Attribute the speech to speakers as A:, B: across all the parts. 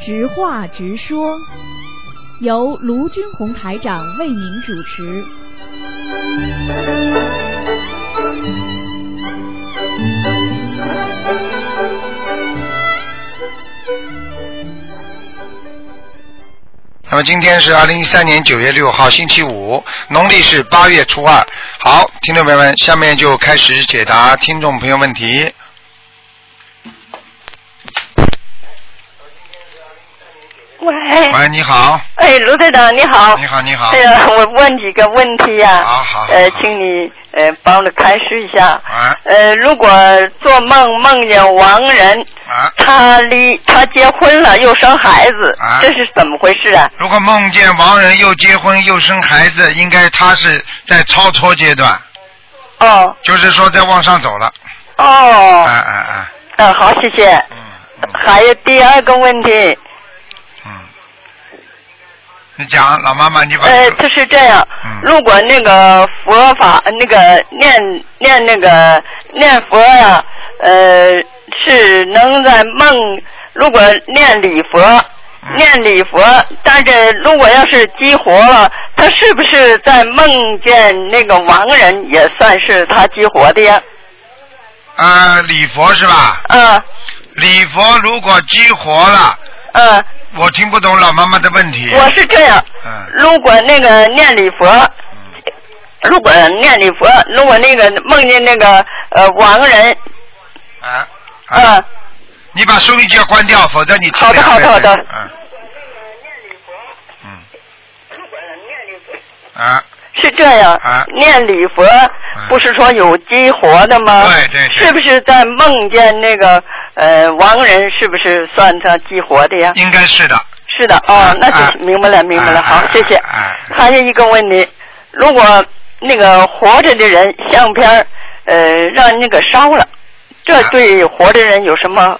A: 直话直说，由卢军红台长为您主持。
B: 那么今天是二零一三年九月六号，星期五，农历是八月初二。好，听众朋友们，下面就开始解答听众朋友问题。
C: 喂，
B: 喂，你好，
C: 哎，卢队长你好
B: 你。好，你好
C: 哎，呀，我问几个问题呀、
B: 好好好
C: 呃，请你呃帮我开示一下。
B: 啊
C: 呃，如果做梦梦见亡人，
B: 啊！
C: 他离他结婚了又生孩子，
B: 啊
C: 这是怎么回事啊？
B: 如果梦见亡人又结婚又生孩子，应该他是在超脱阶段，
C: 哦
B: 就是说在往上走了。
C: 哦，
B: 啊
C: 嗯、
B: 啊啊！
C: 好，谢谢。
B: 嗯嗯
C: 还有第二个问题，
B: 嗯，你讲，老妈妈，你把
C: 呃，就是这样
B: 嗯，
C: 如果那个佛法呃那个念念那个念佛呀、呃，是能在梦，如果念礼佛。
B: 嗯
C: 念礼佛，但是如果要是激活了，他是不是在梦见那个亡人也算是他激活的呀？
B: 啊礼佛是吧？
C: 嗯
B: 礼佛如果激活了，
C: 嗯，
B: 我听不懂老妈妈的问题。
C: 我是这样，
B: 嗯
C: 如果那个念礼佛，
B: 嗯
C: 如果念礼佛，如果那个梦见那个呃亡人，
B: 啊啊！
C: 嗯、
B: 你把收音机要关掉，否则你听
C: 好的
B: 两遍
C: 好的好的
B: 嗯嗯啊，
C: 是这样，
B: 啊
C: 念礼佛不是说有激活的吗？
B: 对对对
C: 是不是在梦见那个呃亡人，是不是算他激活的呀？
B: 应该是的。
C: 是的，哦，那
B: 啊
C: 就明白了，明白了，
B: 啊
C: 好，谢谢。
B: 啊啊
C: 还有一个问题，如果那个活着的人相片儿呃让那个烧了，这
B: 啊
C: 对活着人有什么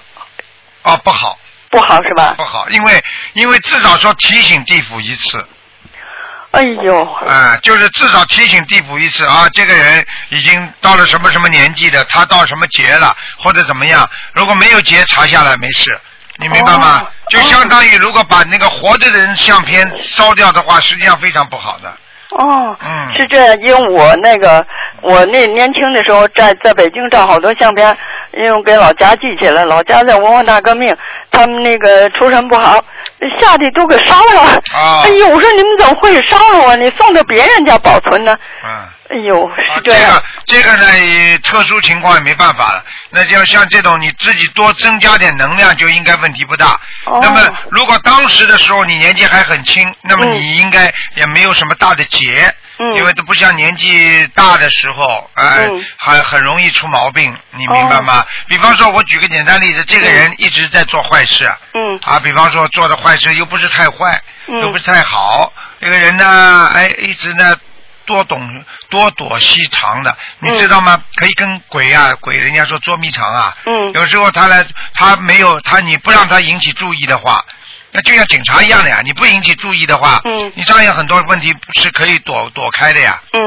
B: 哦，不好，
C: 不好是吧？
B: 不好，因为因为至少说提醒地府一次，
C: 哎呦，
B: 啊、就是至少提醒地府一次啊，这个人已经到了什么什么年纪的，他到什么节了，或者怎么样。如果没有节查下来没事，你明白吗？
C: 哦
B: 就相当于如果把那个活着的人相片烧掉的话，实际上非常不好的。
C: 哦，
B: 嗯
C: 是这样，因为我那个我那年轻的时候在在北京照好多相片，因为我给老家寄去了，老家在文化大革命，他们那个出身不好，下地都给烧了。
B: 啊
C: 哎呦，我说你们怎么会烧了我？你送到别人家保存呢？
B: 嗯。
C: 哎呦，
B: 啊
C: 是，
B: 这
C: 这样。
B: 个这个呢，也特殊情况也没办法了。那就像这种，你自己多增加点能量，就应该问题不大。啊
C: 哦
B: 那么，如果当时的时候你年纪还很轻，那么
C: 嗯
B: 你应该也没有什么大的结，
C: 嗯
B: 因为都不像年纪大的时候，哎、
C: 嗯哦
B: 还很容易出毛病，你明白吗？比方说，我举个简单例子，这个人一直在做坏事，
C: 嗯
B: 啊，比方说做的坏事又不是太坏，
C: 嗯
B: 又不是太好，这个人呢，哎，一直呢多懂多躲西藏的，你
C: 嗯
B: 知道吗？可以跟鬼啊鬼，人家说捉迷藏啊，
C: 嗯
B: 有时候他来他没有他你不让他引起注意的话。那就像警察一样的呀，你不引起注意的话，
C: 嗯
B: 你照样很多问题是可以躲躲开的呀，
C: 嗯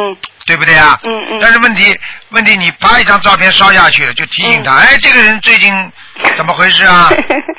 B: 对不对呀？
C: 嗯嗯
B: 但是问题问题，你啪一张照片烧下去了，就提醒
C: 嗯
B: 他，哎，这个人最近怎么回事 啊？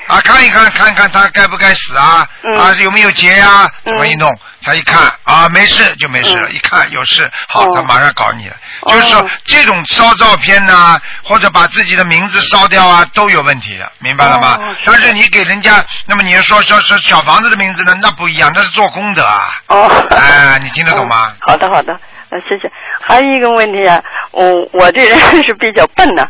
B: 啊，看一看，看看他该不该死啊？
C: 嗯
B: 啊，有没有结呀、
C: 嗯
B: 怎么一弄，他一看啊，没事就没事了，
C: 嗯
B: 一看有事，好，
C: 哦
B: 他马上搞你了。就是说
C: 哦，
B: 这种烧照片呐、或者把自己的名字烧掉啊，都有问题的，明白了吗？
C: 哦是
B: 但是你给人家，那么你要说说说小房子的名字呢，那不一样，那是做功德啊。
C: 哦。
B: 哎你听得懂吗
C: 嗯 好的，好的，呃，谢谢。还有一个问题啊，我我这人是比较笨呐、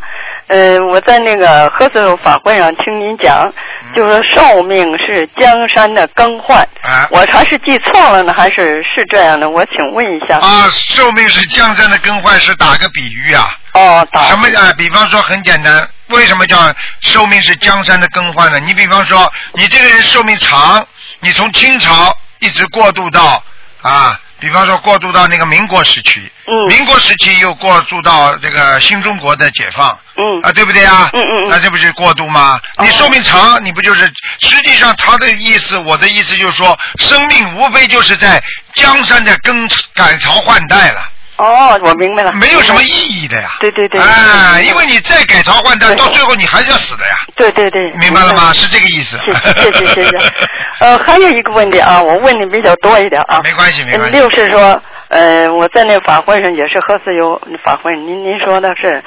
C: 呃，我在那个合作法会上听您讲，
B: 嗯
C: 就说寿命是江山的更换，
B: 啊
C: 我还是记错了呢，还是是这样的？我请问一下。
B: 啊，寿命是江山的更换，是打个比喻啊。
C: 哦，打
B: 什么啊？比方说很简单，为什么叫寿命是江山的更换呢？你比方说，你这个人寿命长，你从清朝一直过渡到啊，比方说过渡到那个民国时期，
C: 嗯
B: 民国时期又过渡到这个新中国的解放，
C: 嗯
B: 啊，对不对啊？
C: 嗯嗯嗯
B: 那这不是过度吗？
C: 哦
B: 你寿命长，你不就是？实际上他的意思，我的意思就是说，生命无非就是在江山的更改朝换代了。
C: 哦，我明白了。
B: 没有什么意义的呀。
C: 对对对。
B: 啊，因为你再改朝换代，
C: 对
B: 到最后你还是要死的呀。
C: 对对对。
B: 明白了吗？是这个意思。
C: 谢谢谢谢谢 谢。呃，还有一个问题啊，我问的比较多一点啊。
B: 没关系没关系。
C: 六是说，呃，我在那法会上也是喝自由法会，您您说的是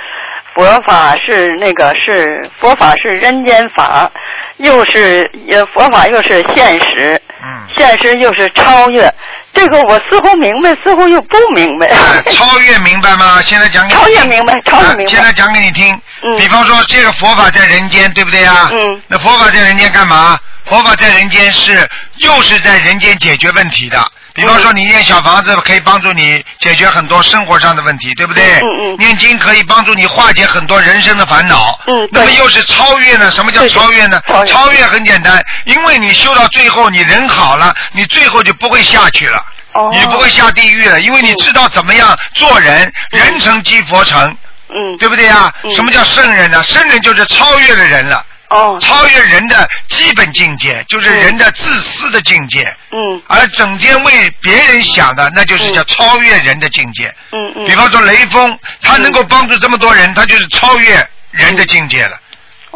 C: 佛法是那个是佛法是人间法，又是呃佛法又是现实，
B: 嗯。
C: 现实又是超越，这个我似乎明白，似乎又不明白。
B: 哎超越明白吗？现在讲给你
C: 超
B: 听
C: 越明白，超越
B: 啊
C: 明白。
B: 现在讲给你听，
C: 嗯
B: 比方说这个佛法在人间，对不对呀？
C: 嗯
B: 那佛法在人间干嘛？佛法在人间是又是在人间解决问题的。比方说，你念小房子可以帮助你解决很多生活上的问题，对不对？
C: 嗯嗯
B: 念经可以帮助你化解很多人生的烦恼。
C: 嗯
B: 那么
C: 对
B: 又是超越呢？什么叫
C: 对对
B: 超越呢？
C: 超越
B: 超越很简单，因为你修到最后，你人好了，你最后就不会下去了。
C: 哦
B: 你不会下地狱了，因为你知道怎么样做人，人成即佛成，
C: 嗯
B: 对不对啊？
C: 嗯
B: 什么叫圣人呢？圣人就是超越了人了，
C: 哦
B: 超越人的基本境界，就是
C: 嗯
B: 人的自私的境界，
C: 嗯
B: 而整天为别人想的，那就是叫超越人的境界。
C: 嗯嗯
B: 比方说雷锋，他能够帮助这么多人，他就是超越人
C: 嗯
B: 的境界了。
C: 哦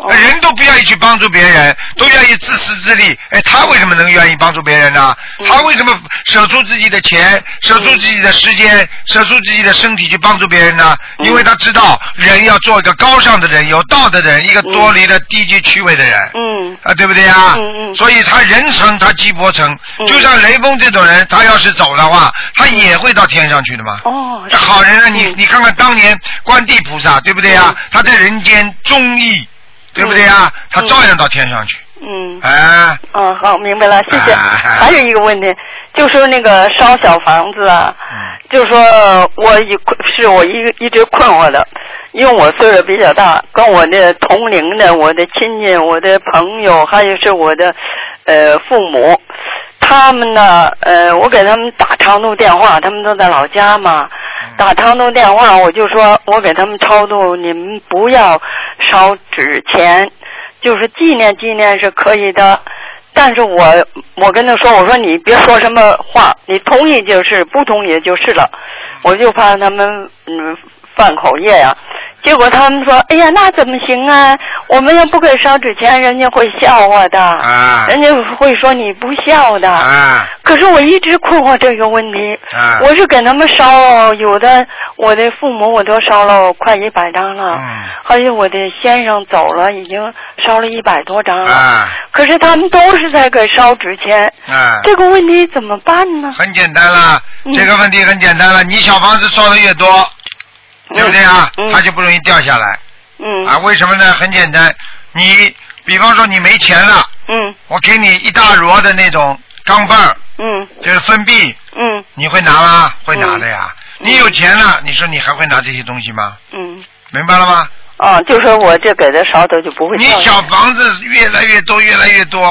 C: 嗯
B: 人都不愿意去帮助别人，都愿意自私自利。哎，他为什么能愿意帮助别人呢？
C: 嗯
B: 他为什么舍出自己的钱、舍出自己的时间、舍出自己的身体去帮助别人呢？
C: 嗯
B: 因为他知道人要做一个高尚的人、有道德的人，一个
C: 嗯
B: 脱离了低级趣味的人。
C: 嗯
B: 啊，对不对呀？
C: 嗯嗯
B: 所以他人成，他鸡婆成。
C: 嗯
B: 就像雷锋这种人，他要是走的话，他也会到天上去的嘛。
C: 哦
B: 这好人啊，你
C: 嗯
B: 你看看当年观地菩萨，对不对啊
C: 嗯？
B: 他在人间忠义，对不对啊？他照样到天上去，
C: 嗯。
B: 哎，
C: 嗯，好，明白了，谢谢。
B: 啊
C: 还有一个问题，就说那个烧小房子啊，就说我一是我一一直困惑的，因为我岁数比较大，跟我的同龄的、我的亲戚、我的朋友，还有是我的呃父母，他们呢，呃，我给他们打长途电话，他们都在老家嘛，打长途电话，我就说我给他们超度，你们不要烧纸钱，就是纪念纪念是可以的。但是我我跟他说，我说你别说什么话，你同意就是，不同意就是了。我就怕他们嗯犯口业呀、结果他们说，哎呀，那怎么行啊？我们要不给烧纸钱，人家会笑话的，
B: 啊
C: 人家会说你不孝的。
B: 啊
C: 可是我一直困惑这个问题，
B: 啊！
C: 我是给他们烧了，有的我的父母我都烧了快一百张了，
B: 嗯
C: 还有我的先生走了，已经烧了一百多张了。
B: 啊
C: 可是他们都是在给烧纸钱，
B: 啊，
C: 这个问题怎么办呢？
B: 很简单啦，
C: 嗯
B: 这个问题很简单了。你小房子烧的越多，对不对啊
C: 嗯？
B: 它就不容易掉下来
C: 嗯
B: 啊？为什么呢？很简单，你比方说你没钱了，
C: 嗯
B: 我给你一大摞的那种钢镚儿，
C: 嗯
B: 就是分币，
C: 嗯
B: 你会拿吗？会拿的呀。
C: 嗯
B: 你有钱了，你说你还会拿这些东西吗？
C: 嗯，
B: 明白了吗？
C: 啊，就说我这给他烧的就不会
B: 你
C: 掉下
B: 小
C: 来
B: 房子越来越多，越来越多，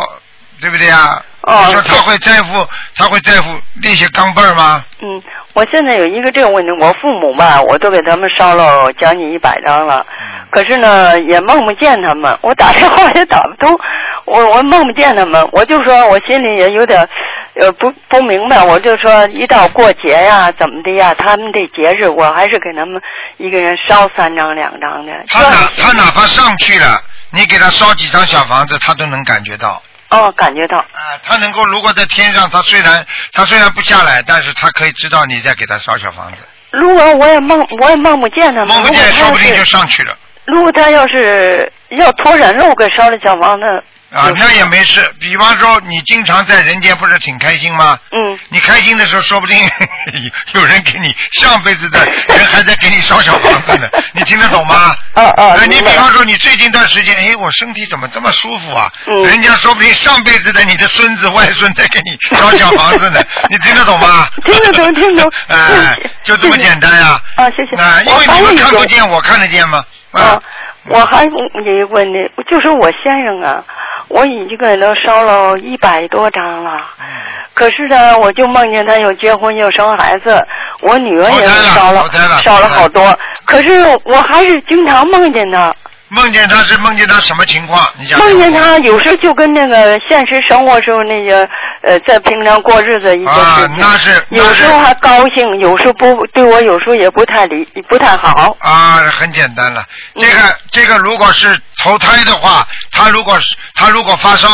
B: 对不对啊？
C: 哦
B: 你说他会在乎，他会在乎那些钢镚儿吗？
C: 嗯，我现在有一个这个问题，我父母吧，我都给他们烧了将近一百张了，可是呢，也梦不见他们， 我打电话也打不通，我我梦不见他们，我就说我心里也有点，呃，不不明白，我就说一到过节呀，怎么的呀，他们这节日，我还是给他们一个人烧三张两张的，
B: 他哪他哪怕上去了，你给他烧几张小房子，他都能感觉到。
C: 哦，感觉到，
B: 啊、他能够如果在天上，他虽然他虽然不下来，但是他可以知道你在给他烧小房子，
C: 如果我也梦我也梦不见他们，
B: 梦不见，
C: 如
B: 说
C: 果
B: 不
C: 他要
B: 定
C: 是
B: 就上去了。
C: 如果他要是要托人了，我给烧了小王子，
B: 啊
C: 有，
B: 那也没事。比方说，你经常在人间不是挺开心吗？
C: 嗯。
B: 你开心的时候，说不定 有有人给你上辈子的人还在给你烧小房子呢，你听得懂吗？
C: 哦哦
B: 哎，你
C: 明
B: 比
C: 白
B: 方说，你最近一段时间，哎，我身体怎么这么舒服啊？
C: 嗯
B: 人家说不定上辈子的你的孙子、外孙在给你烧小房 子呢，你听得懂吗？
C: 听得懂听得懂
B: 哎，就这么简单呀、啊。
C: 啊，谢谢。
B: 啊，因
C: 我
B: 为
C: 还
B: 你
C: 有
B: 们
C: 一
B: 看
C: 个
B: 不见，我看得见吗？
C: 啊，我还有一个问题，就是我先生啊，我已经给他烧了一百多张了，
B: 嗯
C: 可是呢，我就梦见他又结婚又生孩子，我女儿也
B: 投胎了投
C: 烧
B: 胎了
C: 烧
B: 投胎
C: 了
B: 了
C: 好多，可是我还是经常梦见他，
B: 梦见他是梦见他什么情况？你讲。
C: 梦见他有时候就跟那个现实生活中那个呃，在平常过日子一件事
B: 啊，
C: 情。
B: 那是
C: 有
B: 那
C: 时
B: 是
C: 候还高兴，有时候不对我，有时候也不太理，不太好。
B: 啊，很简单了。
C: 嗯
B: 这个这个，如果是投胎的话，他如果是他如果发烧、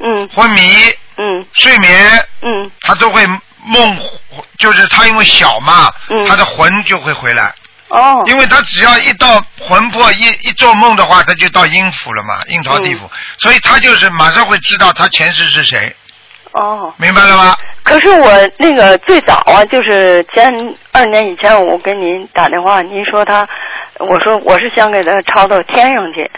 C: 嗯
B: 昏迷、
C: 嗯
B: 睡眠，
C: 嗯
B: 他都会梦，就是他因为小嘛，
C: 嗯
B: 他的魂就会回来，
C: 哦
B: 因为他只要一到魂魄一一做梦的话，他就到阴府了嘛，阴曹地
C: 嗯
B: 府，所以他就是马上会知道他前世是谁，
C: 哦。
B: 明白了吗？
C: 可是我那个最早啊，就是前二年以前，我跟您打电话，您说他，我说我是想给他抄到天上去，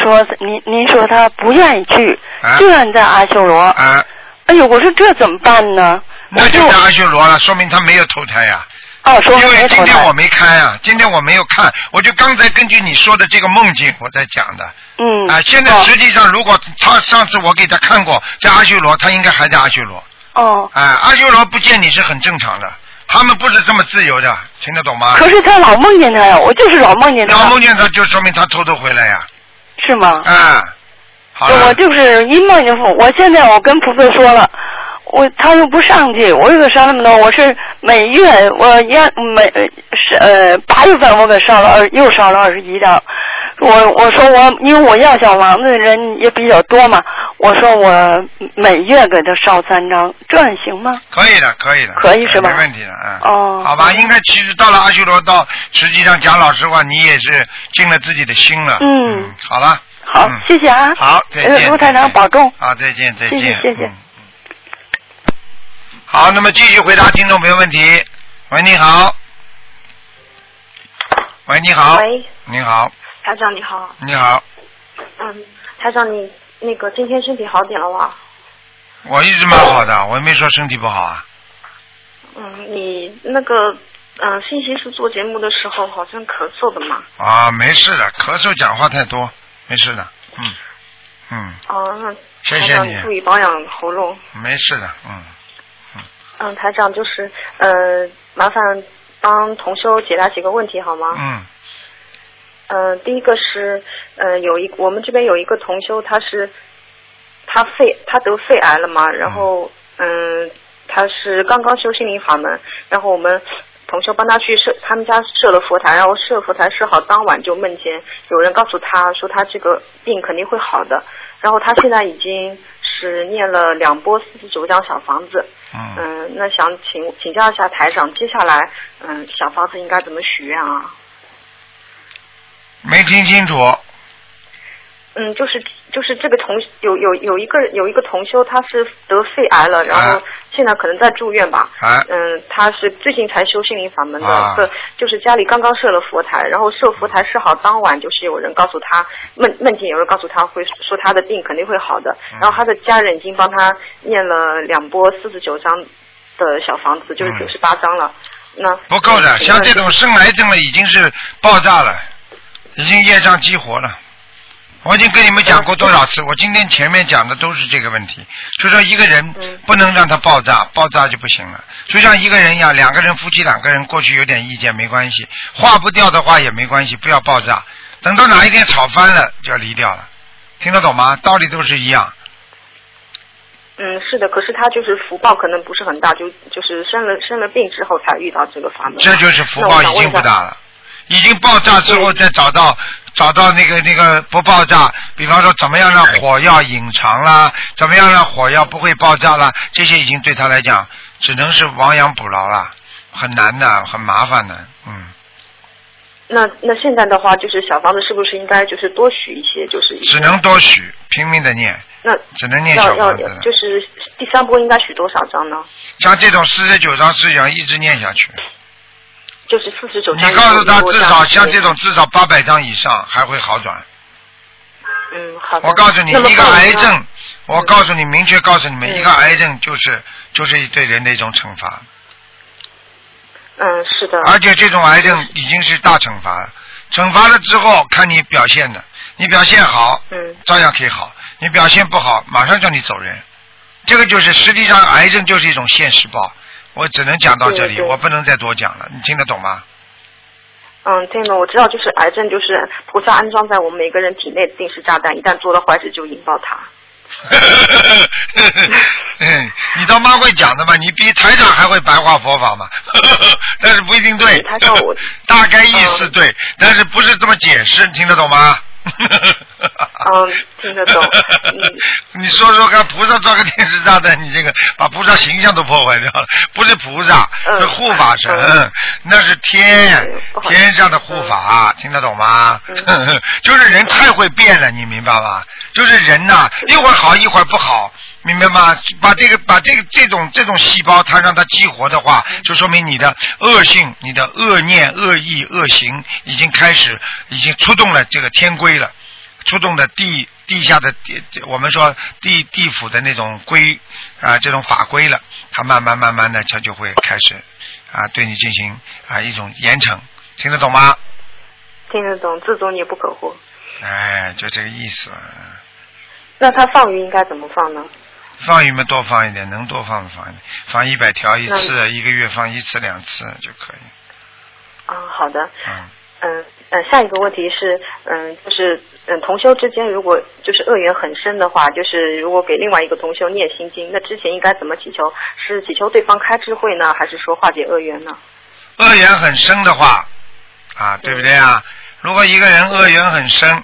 C: 说您您说他不愿意去，
B: 啊
C: 就愿意在阿修罗。
B: 啊，
C: 哎呦，我说这怎么办呢？
B: 那就
C: 我
B: 在阿修罗了，说明他没有投胎啊呀、
C: 哦，说
B: 因为
C: 没
B: 今
C: 投
B: 天
C: 胎
B: 我没开啊，今天我没有看，我就刚才根据你说的这个梦境我在讲的
C: 嗯
B: 啊。现在
C: 哦
B: 实际上，如果他上次我给他看过，在阿修罗，他应该还在阿修罗。
C: 哦，
B: 哎，阿修罗不见你是很正常的，他们不是这么自由的，听得懂吗？
C: 可是他老梦见他呀，我就是老梦见他，
B: 老梦见他就说明他偷偷回来呀、
C: 是吗？
B: 啊，好
C: 我
B: 了，
C: 就是一梦就复。我现在我跟婆婆说了，我她又不上去，我又给烧那么多，我是每月我要每呃是呃八月份我给烧了二又烧了二十一张。我我说我因为我要小房子的人也比较多嘛，我说我每月给他烧三张，这样行吗？
B: 可以的，可以的，
C: 可以是吧
B: 没问题的，嗯。
C: 哦
B: 好吧，应该其实到了阿修罗道，实际上讲老实话，你也是尽了自己的心了。
C: 嗯
B: 好了。
C: 好，
B: 嗯
C: 谢谢啊。
B: 好，再
C: 呃
B: 见。
C: 卢台长保重。
B: 好，再见，再见。
C: 谢谢谢
B: 嗯。
C: 谢
B: 嗯好，那么继续回答听众朋友问题。喂，你好。喂，你好。
D: 喂，
B: 你好，
D: 台长你好，
B: 你好，
D: 嗯，台长你那个今天身体好点了吗？
B: 我一直蛮好的，我也没说身体不好啊。
D: 嗯，你那个嗯、呃星期四做节目的时候好像咳嗽的嘛，
B: 啊，没事的，咳嗽，讲话太多，没事的，嗯，嗯，
D: 哦、那
B: 谢
D: 台
B: 谢
D: 长
B: 你
D: 注意保养喉咙。
B: 没事的，嗯，
D: 嗯，台长就是呃，麻烦帮同修解答几个问题好吗？
B: 嗯，
D: 呃，第一个是，呃，有一我们这边有一个同修，他是他肺他得肺癌了嘛，然后嗯、他是刚刚修心灵法门，然后我们同修帮他去设他们家设了佛台，然后设佛台设好当晚就梦见有人告诉他说他这个病肯定会好的，然后他现在已经是念了两波四十九张小房子，
B: 嗯，
D: 嗯、那想请请教一下台长，接下来嗯、小房子应该怎么许愿啊？
B: 没听清楚，
D: 嗯，就是就是这个同有有有一个有一个同修，他是得肺癌了，然后
B: 啊
D: 现在可能在住院吧。
B: 啊，
D: 嗯，他是最近才修心灵法门的，
B: 啊
D: 这就是家里刚刚设了佛台，然后设佛台设好当晚，就是有人告诉他梦梦见有人告诉他会说他的病肯定会好的，
B: 嗯
D: 然后他的家人已经帮他念了两波四十九章的小房子，就是
B: 嗯
D: 九十八章了。那
B: 不够的，啊
D: 请
B: 像
D: 问
B: 这种生癌症了，已经是爆炸了，已经业障激活了。我已经跟你们讲过多少次，我今天前面讲的都是这个问题，就说一个人
D: 嗯
B: 不能让他爆炸，爆炸就不行了。就像一个人一样，两个人夫妻两个人过去有点意见没关系，化不掉的话也没关系，不要爆炸。等到哪一天吵翻了就要离掉了，听得懂吗？道理都是一样。
D: 嗯，是的，可是他就是福报可能不是很大，就就是生了生了病之后才遇到这个法门。啊
B: 这就是福报
D: 那我想
B: 已
D: 问
B: 经
D: 一
B: 不
D: 下嗯
B: 大了，已经爆炸之后再找到找到那个那个不爆炸，比方说怎么样让火药隐藏啦，怎么样让火药不会爆炸啦，这些已经对他来讲只能是亡羊补牢了，很难的，很麻烦的，嗯。
D: 那那现在的话，就是小房子是不是应该就是多许一些，就是
B: 只能多许，拼命的念，
D: 那
B: 只能念小
D: 要
B: 房子
D: 要
B: 了。
D: 就是第三波应该许多少张呢？
B: 像这种四十九章是想一直念下去。
D: 就是四十九
B: 你
D: 张。
B: 告诉他，至少像这
D: 种。
B: 种至少八百章以上还会好转。
D: 嗯，好的。
B: 我告诉你，
D: 那么
B: 一个
D: 报名
B: 癌
D: 呢
B: 症，我告诉你，明确告诉你们，
D: 嗯
B: 一个癌症就是就是对人的一种惩罚，
D: 嗯，是的。
B: 而且这种癌症已经是大惩罚了。惩罚了之后，看你表现的，你表现好，
D: 嗯
B: 照样可以好；你表现不好，马上叫你走人。这个就是实际上癌症就是一种现实报。我只能讲到这里，
D: 对对
B: 我不能再多讲了，你听得懂吗？
D: 嗯，对呢，我知道，就是癌症，就是菩萨安装在我们每个人体内的定时炸弹，一旦做了坏事就引爆它。
B: 嗯 你倒蛮会讲的嘛，你比台长还会白话佛法嘛， 但是不一定对。
D: 台长我
B: 大概意思对，但是不是这么解释，听得懂吗？
D: 嗯，听得懂。嗯，
B: 你说说看，菩萨装个电视炸弹，你这个把菩萨形象都破坏掉了，不是菩萨，
D: 嗯
B: 是护法神，
D: 嗯
B: 那是天
D: 对不好意思
B: 天上的护法，听得懂吗？ 就是人太会变了，你明白吗？就是人呐、一会儿好一会儿不好。明白吗？把这个把这个这种这种细胞，它让它激活的话，就说明你的恶性、你的恶念、恶意、恶行已经开始，已经触动了这个天规了。触动的地地下的地，我们说地地府的那种规啊、这种法规了，它慢慢慢慢的，它就会开始啊、对你进行啊、一种严惩，听得懂吗？
D: 听得懂，自种也不可活。
B: 哎，就这个意思。
D: 那他放鱼应该怎么放呢？
B: 放鱼嘛，多放一点，能多放放一点，放一百条一次，一个月放一次两次就可以。
D: 啊、好的，
B: 嗯，
D: 嗯嗯，下一个问题是，嗯，就是嗯，同修之间如果就是恶缘很深的话，就是如果给另外一个同修念心经，那之前应该怎么祈求？是祈求对方开智慧呢，还是说化解恶缘呢？
B: 恶缘很深的话，啊，对不对啊？如果一个人恶缘很深，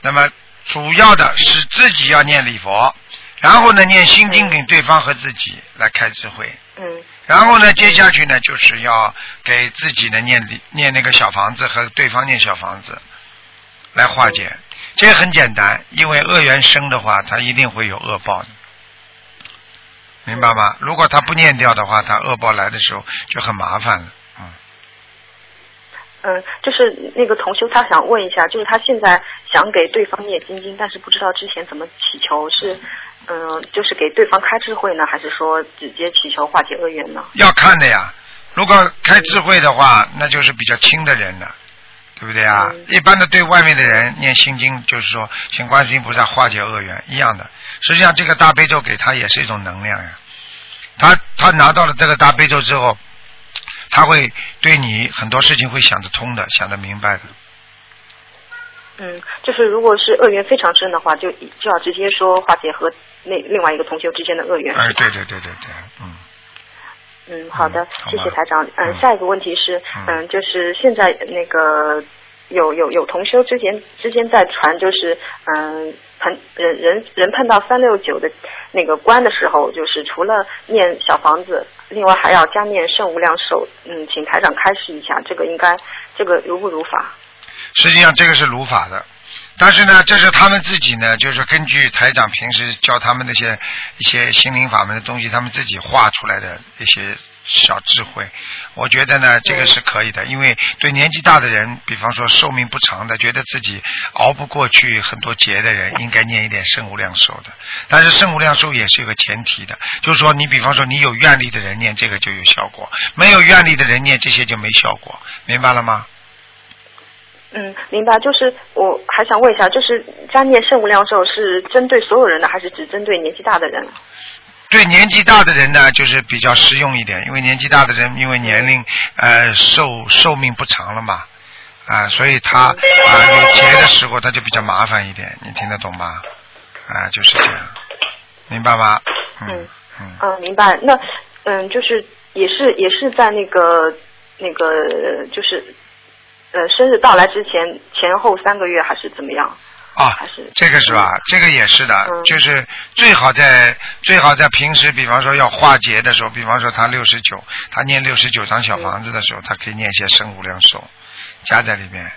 B: 那么主要的是自己要念礼佛，然后呢念心经给对方和自己来开智慧，
D: 嗯
B: 然后呢接下去呢就是要给自己呢念礼念那个小房子和对方念小房子，来化解。这很简单，因为恶缘生的话，他一定会有恶报的，明白吗？如果他不念掉的话，他恶报来的时候就很麻烦了。嗯，
D: 嗯，就是那个同修他想问一下，就是他现在想给对方念心经，但是不知道之前怎么祈求，是嗯、就是给对方开智慧呢，还是说直接祈求化解恶缘呢？
B: 要看的呀。如果开智慧的话，那就是比较轻的人了，对不对啊？
D: 嗯
B: 一般的对外面的人念心经，就是说请观世音菩萨化解恶缘一样的。实际上，这个大悲咒给他也是一种能量呀。他他拿到了这个大悲咒之后，他会对你很多事情会想得通的，想得明白的。
D: 嗯，就是如果是恶缘非常深的话，就一就要直接说化解和那另外一个同修之间的恶缘。
B: 哎
D: 是，吧
B: 对对对对对，嗯。
D: 嗯，好的
B: 嗯，好
D: 谢
B: 吧
D: 谢台长。
B: 嗯
D: 嗯，下一个问题是，
B: 嗯
D: 嗯，就是现在那个有有有同修之前之间在传，就是嗯，碰人人人碰到三六九的那个关的时候，就是除了念小房子，另外还要加念圣无量寿。嗯，请台长开示一下，这个应该这个如不如法？
B: 实际上这个是如法的，但是呢，这是他们自己呢，就是根据台长平时教他们那些一些心灵法门的东西，他们自己画出来的一些小智慧。我觉得呢，这个是可以的，因为对年纪大的人，比方说寿命不长的，觉得自己熬不过去很多劫的人，应该念一点圣无量寿的。但是圣无量寿也是有个前提的，就是说你比方说你有愿力的人念这个就有效果，没有愿力的人念这些就没效果，明白了吗？
D: 嗯，明白。就是我还想问一下，就是加念圣无量寿是针对所有人的，还是只针对年纪大的人？啊
B: 对年纪大的人呢，就是比较实用一点，因为年纪大的人因为年龄呃寿寿命不长了嘛，啊、所以他啊、有劫的时候他就比较麻烦一点，你听得懂吗？啊、就是这样，明白吗？嗯
D: 嗯
B: 嗯，
D: 嗯，明白。那嗯，就是也是也是在那个那个呃就是呃生日到来之前前后三个月还是怎么样？
B: 啊
D: 还是，
B: 这个是吧？这个也是的，
D: 嗯
B: 就是最好在最好在平时，比方说要化劫的时候，比方说他六十九，他念六十九张小房子的时候，他可以念一些生无量寿，加在里面，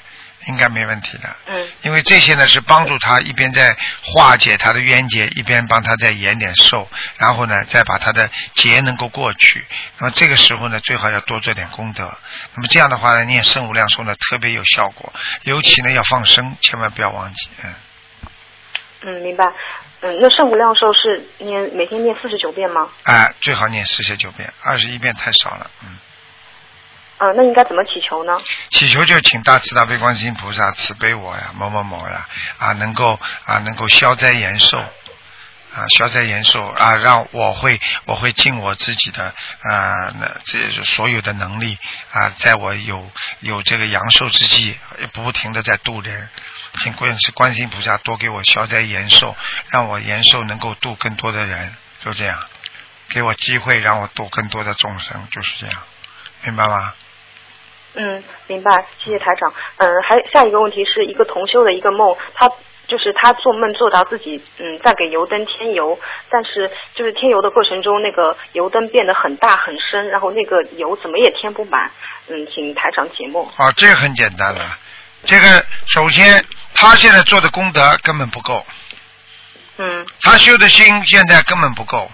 B: 应该没问题的。
D: 嗯
B: 因为这些呢是帮助他一边在化解他的冤结，一边帮他在延点寿，然后呢再把他的劫能够过去。那么这个时候呢，最好要多做点功德。那么这样的话呢，念圣无量寿呢特别有效果，尤其呢要放生，千万不要忘记。嗯，
D: 嗯，明白。嗯，那圣无量寿是念每天念四十九遍吗？
B: 哎，最好念四十九遍，二十一遍太少了。嗯，
D: 嗯，那应该怎么祈求呢？
B: 祈求就请大慈大悲观世音菩萨慈悲我呀，某某某呀，啊能够啊能够消灾延寿。啊，消灾延寿啊，让我会我会尽我自己的啊，那这是所有的能力啊，在我有有这个阳寿之际，不停的在度人，请观世观世音菩萨多给我消灾延寿，让我延寿能够度更多的人，就这样，给我机会让我度更多的众生，就是这样，明白吗？
D: 嗯，明白，谢谢台长。嗯，还下一个问题是一个同修的一个梦，他就是他做梦做到自己嗯在给油灯添油，但是就是添油的过程中，那个油灯变得很大很深，然后那个油怎么也添不满。嗯，请台长解梦。
B: 啊，这个很简单了。这个首先，他现在做的功德根本不够，
D: 嗯
B: 他修的心现在根本不够，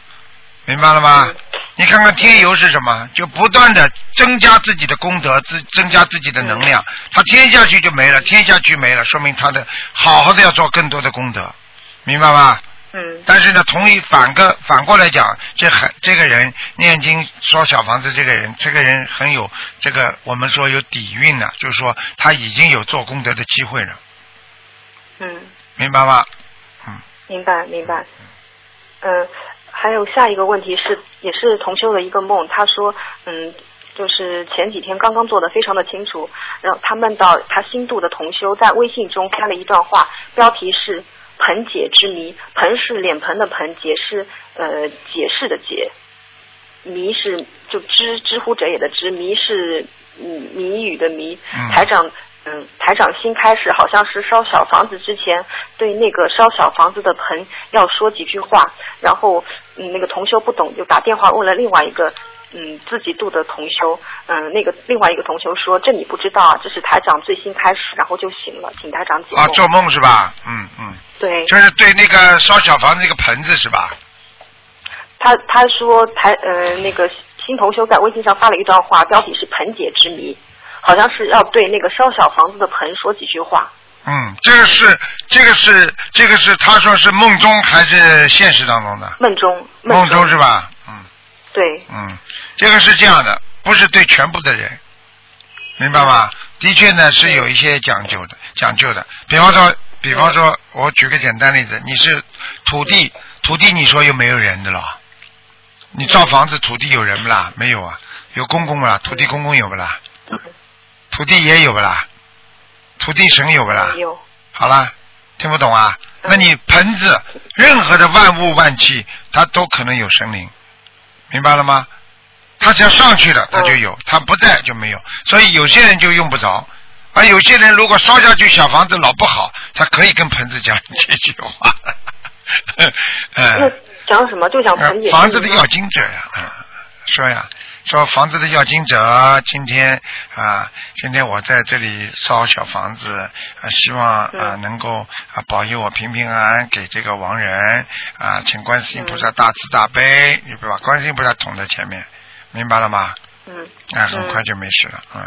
B: 明白了吗？
D: 嗯
B: 你看看天油是什么？就不断的增加自己的功德，增增加自己的能量。他天下去就没了，天下去没了，说明他的好好的要做更多的功德，明白吗？
D: 嗯
B: 但是呢，同一反个反过来讲，这很这个人念经说小房子，这个人这个人很有这个我们说有底蕴了，就是说他已经有做功德的机会了，
D: 嗯，
B: 明白吗？
D: 明白明白。嗯，还有下一个问题是，也是同修的一个梦，他说嗯。就是前几天刚刚做的非常的清楚，然后他梦到他新度的同修在微信中发了一段话，标题是“盆解之谜”，盆是脸盆的盆，解是呃解释的解，谜是就知知乎者也的知，谜是嗯谜语的谜
B: 嗯。
D: 台长，嗯，台长新开始好像是烧小房子之前，对那个烧小房子的盆要说几句话，然后嗯那个同修不懂，就打电话问了另外一个。嗯，自己度的同修，嗯，那个另外一个同修说，这你不知道啊，这是台长最新开始，然后就醒了，请台长解
B: 啊，
D: 梦
B: 做梦是吧？嗯嗯，
D: 对，
B: 就是对那个烧小房子一个盆子是吧？
D: 他他说台呃那个新同修在微信上发了一段话，标题是“盆解之谜”，好像是要对那个烧小房子的盆说几句话。
B: 嗯，这个是这个是这个是他说是梦中还是现实当中的？
D: 梦中
B: 梦
D: 中
B: 中是吧？嗯
D: 对，
B: 嗯，这个是这样的，不是对全部的人，明白吗？的确呢是有一些讲究的，讲究的。比方说，比方说，我举个简单例子，你是土地，土地你说有没有人的了？你造房子，土地有人不啦？没有啊，有公公不啦？土地公公有不啦？土地爷有不啦？土地神有不啦？
D: 没有
B: 好啦，听不懂啊？
D: 嗯
B: 那你盆子，任何的万物万气，它都可能有神灵，明白了吗？它只要上去了，它就有；它不在就没有。所以有些人就用不着，而有些人如果烧下去小房子老不好，他可以跟盆子讲 这句话。
D: 那
B: 嗯，
D: 讲什么？就讲盆解之谜
B: 啊呃房子的要经者呀、嗯说呀，说房子的要经者，今天啊，今天我在这里烧小房子，啊，希望啊
D: 嗯
B: 能够啊保佑我平平安安给这个亡人啊，请观世音菩
D: 嗯
B: 萨大慈大悲，你把观世音菩萨捅在前面，明白了吗？
D: 嗯
B: 啊，很
D: 嗯
B: 快就没事了，嗯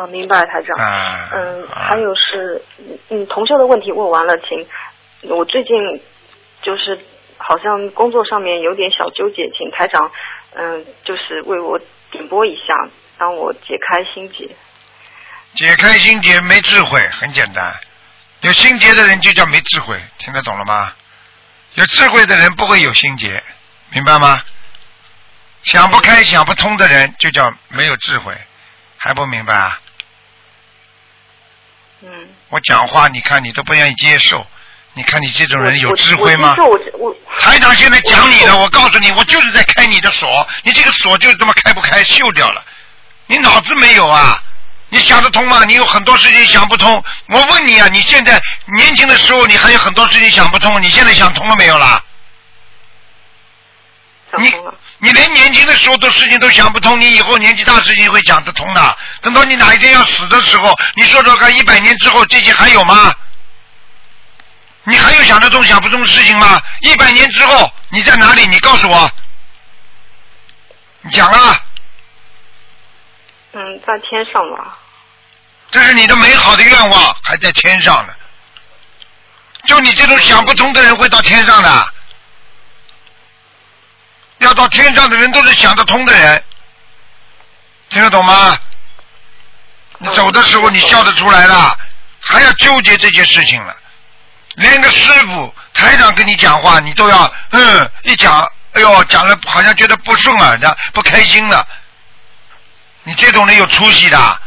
D: 啊，明白台长。
B: 啊，
D: 嗯，
B: 啊
D: 还有是嗯嗯同修的问题问完了，请我最近就是好像工作上面有点小纠结，请台长嗯就是为我点拨一下，让我解开心结。
B: 解开心结没智慧，很简单。有心结的人就叫没智慧，听得懂了吗？有智慧的人不会有心结，明白吗？想不开、想不通的人就叫没有智慧，还不明白啊？
D: 嗯。
B: 我讲话，你看你都不愿意接受，你看你这种人有智慧吗？
D: 我我接受我我
B: 台长现在讲你了，我告诉你，我就是在开你的锁，你这个锁就是这么开不开，锈掉了。你脑子没有啊？你想得通吗？你有很多事情想不通。我问你啊，你现在年轻的时候，你还有很多事情想不通，你现在想通了没有啦？
D: 想
B: 你
D: 通了，
B: 你连年轻的时候的事情都想不通，你以后年纪大事情会想得通的。等到你哪一天要死的时候，你说说看，一百年之后这些还有吗？你还有想得通想不通的事情吗？一百年之后你在哪里？你告诉我，你讲啊，
D: 嗯，在天上吧，
B: 这是你的美好的愿望，还在天上呢。就你这种想不通的人会到天上的，要到天上的人都是想得通的人，听得懂吗？你走的时候你笑得出来了，还要纠结这些事情了，连个师傅台长跟你讲话，你都要嗯一讲，哎呦，讲了好像觉得不顺耳的，不开心了。你这种人有出息的，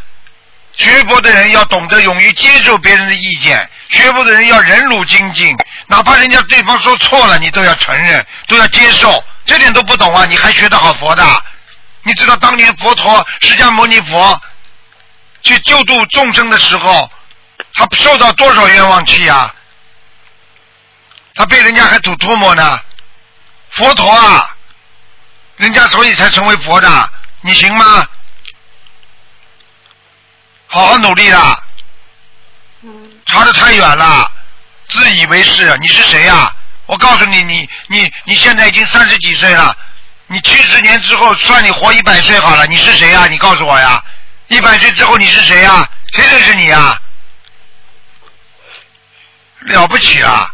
B: 学佛的人要懂得勇于接受别人的意见，学佛的人要忍辱精进，哪怕人家对方说错了，你都要承认，都要接受，这点都不懂啊，你还学得好佛的？你知道当年佛陀释迦牟尼佛去救度众生的时候，他受到多少冤枉气啊？他被人家还吐唾沫呢。佛陀啊，人家所以才成为佛的，你行吗？好好努力啦！
E: 嗯
B: 差得太远了，自以为是，你是谁呀、我告诉你，你你你现在已经三十几岁了，你七十年之后算你活一百岁好了，你是谁呀、你告诉我呀！一百岁之后你是谁呀、谁认识你呀、了不起啊，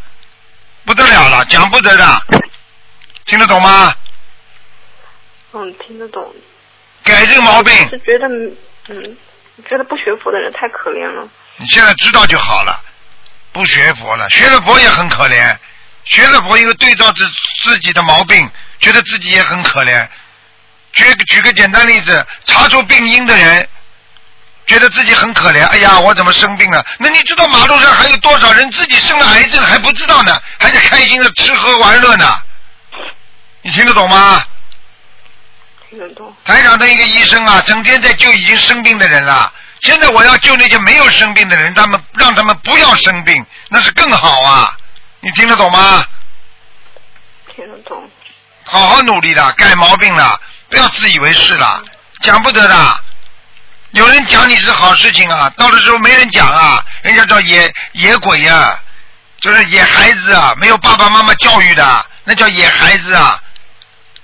B: 不得了了，讲不得的，听得懂吗？
E: 嗯，听得懂。
B: 改这个毛病，
E: 是觉得，嗯，觉得不学佛的人太可怜了。
B: 你现在知道就好了，不学佛了，学了佛也很可怜，学了佛因为对照自自己的毛病，觉得自己也很可怜。举举个简单例子，查出病因的人，觉得自己很可怜，哎呀，我怎么生病了？那你知道马路上还有多少人自己生了癌症还不知道呢，还在开心的吃喝玩乐呢？你听得懂吗？
E: 听得懂。
B: 台长的一个医生啊，整天在救已经生病的人了。现在我要救那些没有生病的人，他们让他们不要生病，那是更好啊！你听得懂吗？
E: 听得懂，
B: 好好努力的，改毛病了，不要自以为是了，讲不得的。有人讲你是好事情啊，到了时候没人讲啊，人家叫野野鬼呀、就是野孩子啊，没有爸爸妈妈教育的，那叫野孩子啊。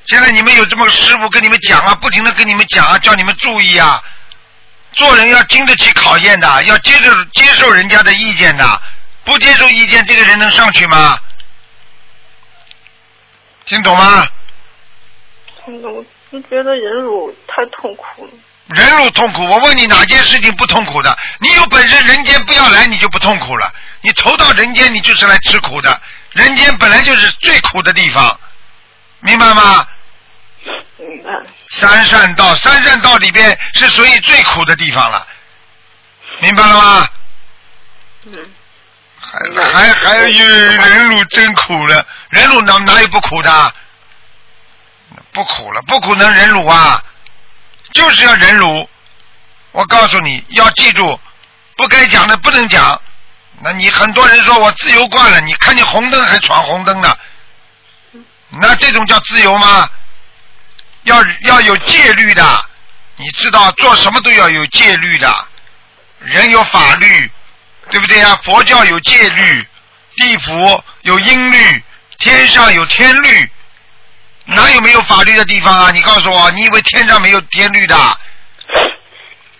B: 现在你们有这么个师傅跟你们讲啊，不停的跟你们讲啊，叫你们注意啊，做人要经得起考验的，要接受接受人家的意见的，不接受意见，这个人能上去吗？听懂吗？
E: 听懂。我就觉得忍辱太痛苦了。
B: 忍辱痛苦，我问你哪件事情不痛苦的？你有本事人间不要来，你就不痛苦了。你投到人间，你就是来吃苦的。人间本来就是最苦的地方，明白吗？
E: 明白了，
B: 三善道，三善道里边是属于最苦的地方了，明白了吗？
E: 嗯，
B: 还还还有忍辱真苦了，忍辱哪哪有不苦的？不苦了，不苦能忍辱啊？就是要忍辱。我告诉你要记住，不该讲的不能讲。那你很多人说我自由惯了，你看见红灯还闯红灯呢，那这种叫自由吗？要要有戒律的，你知道做什么都要有戒律的。人有法律，对不对呀、佛教有戒律，地府有阴律，天上有天律，哪有没有法律的地方啊？你告诉我，你以为天上没有天律的？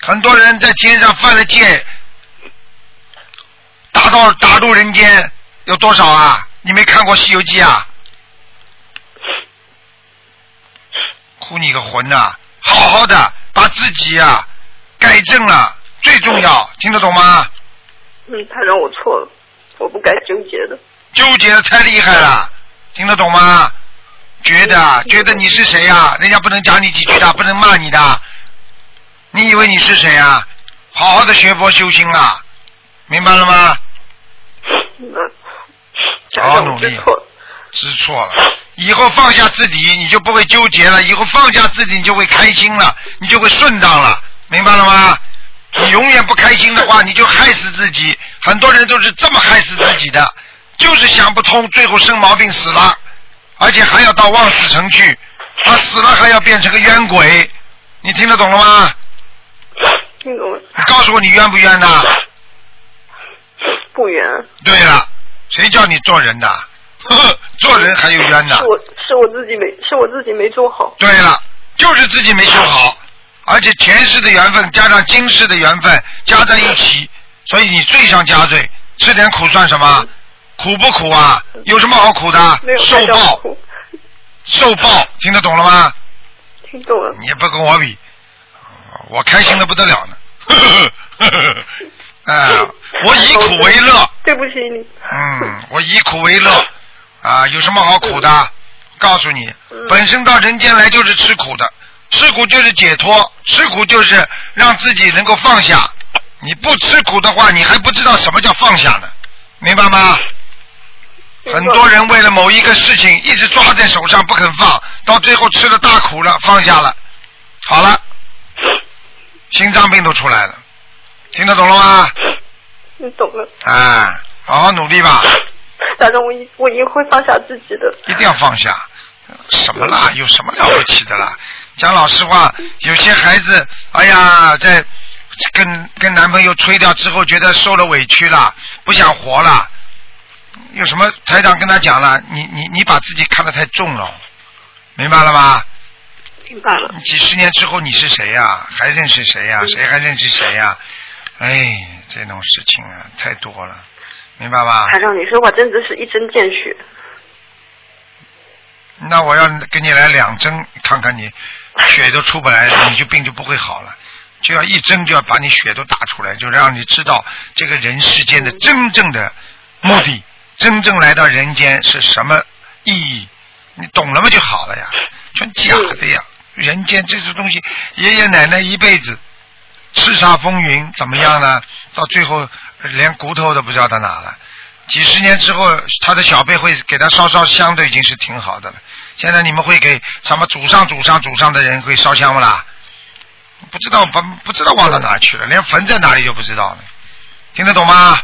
B: 很多人在天上犯了戒，打到打入人间，有多少啊？你没看过《西游记》啊？哭你个魂呐、好好的把自己啊改正了，最重要，听得懂吗？
E: 嗯，他让我错了，我不该纠结的。
B: 纠结的太厉害了，听得懂吗？觉得啊觉得你是谁呀、人家不能讲你几句的，不能骂你的。你以为你是谁啊？好好的学佛修心啊，明白了吗？
E: 嗯，
B: 好好努
E: 我
B: 力
E: 知错了。
B: 知错了，以后放下自己，你就不会纠结了；以后放下自己，你就会开心了，你就会顺当了，明白了吗？你永远不开心的话，你就害死自己。很多人都是这么害死自己的，就是想不通，最后生毛病死了，而且还要到望死城去。他死了还要变成个冤鬼，你听得懂了吗？
E: 听懂了，
B: 你告诉我你冤不冤呐、
E: 不冤，
B: 对了，谁叫你做人的？ 呵呵做人哎还有冤呢、
E: 是我是我自己没是我自己没做好。
B: 对了，就是自己没修
E: 啊
B: 好，而且前世的缘分加上今世的缘分加在一起，所以你罪上加罪，吃点苦算什么？苦不苦啊？有什么好苦的
E: 嗯没？有
B: 受
E: 太让我
B: 报，
E: 哭
B: 受报，听得懂了吗？
E: 听懂了，
B: 你也不跟我比，我开心的不得了呢。 呵呵呵呵呵，哎、我以苦为乐，
E: 对不起你。
B: 嗯，我以苦为乐，啊，有什么好苦
E: 嗯
B: 的？告诉你，
D: 嗯
B: 本身到人间来就是吃苦的，吃苦就是解脱，吃苦就是让自己能够放下。你不吃苦的话，你还不知道什么叫放下呢，明白吗？很多人为了某一个事情一直抓在手上不肯放，到最后吃了大苦了，放下了，好了，心脏病都出来了，听得懂了吗？
E: 你懂了，
B: 啊，好好努力吧，
E: 反正我一我一定会放下自己的。
B: 一定要放下。什么啦？有什么了不起的啦？讲老实话，有些孩子，哎呀，在跟跟男朋友吹掉之后，觉得受了委屈了，不想活了。有什么台长跟他讲了？你你你把自己看得太重了，明白了吗？
E: 明白了，
B: 几十年之后你是谁呀、还认识谁呀、谁还认识谁呀、哎，这种事情啊，太多了，明白吧？
E: 台长，你说话真的是一针见血。
B: 那我要给你来两针，看看你血都出不来，你就病就不会好了。就要一针就要把你血都打出来，就让你知道这个人世间的真正的目的，真正来到人间是什么意义，你懂了吗就好了呀，全假的呀。人间这些东西，爷爷奶奶一辈子叱咤风云，怎么样呢？到最后连骨头都不知道到哪了。几十年之后，他的小辈会给他烧烧香，都已经是挺好的了。现在你们会给什么祖上、祖上、祖上的人会烧香不啦？不知道不不知道忘到哪去了，连坟在哪里都不知道了。听得懂吗？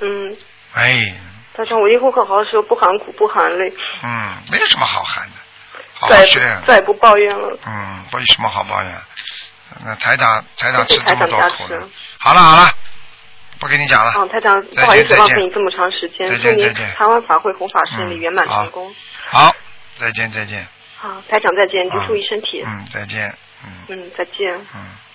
E: 嗯，
B: 哎，
E: 台长，我一定会好好学，不含苦，不含泪，
B: 嗯，没有什么好喊的，好
E: 再
B: 好
E: 也不
B: 学，
E: 再也不抱怨了。
B: 嗯，没什么好抱怨。那台长，台长吃
E: 谢谢台
B: 这么
E: 长
B: 多
E: 加
B: 苦
E: 持
B: 了。好了好了，不跟你讲了。
E: 啊，台长，不
B: 再见
E: 好意思
B: 再见
E: 浪费你这么长时间
B: 再，
E: 祝
B: 见
E: 您
B: 再见
E: 台湾法会弘法顺利，
B: 嗯
E: 圆满
B: 好
E: 成功。
B: 好，再见再见。
E: 好，台长再见，您
B: 啊
E: 注意身体。
B: 嗯，再见。嗯
E: 嗯，再见。
B: 嗯。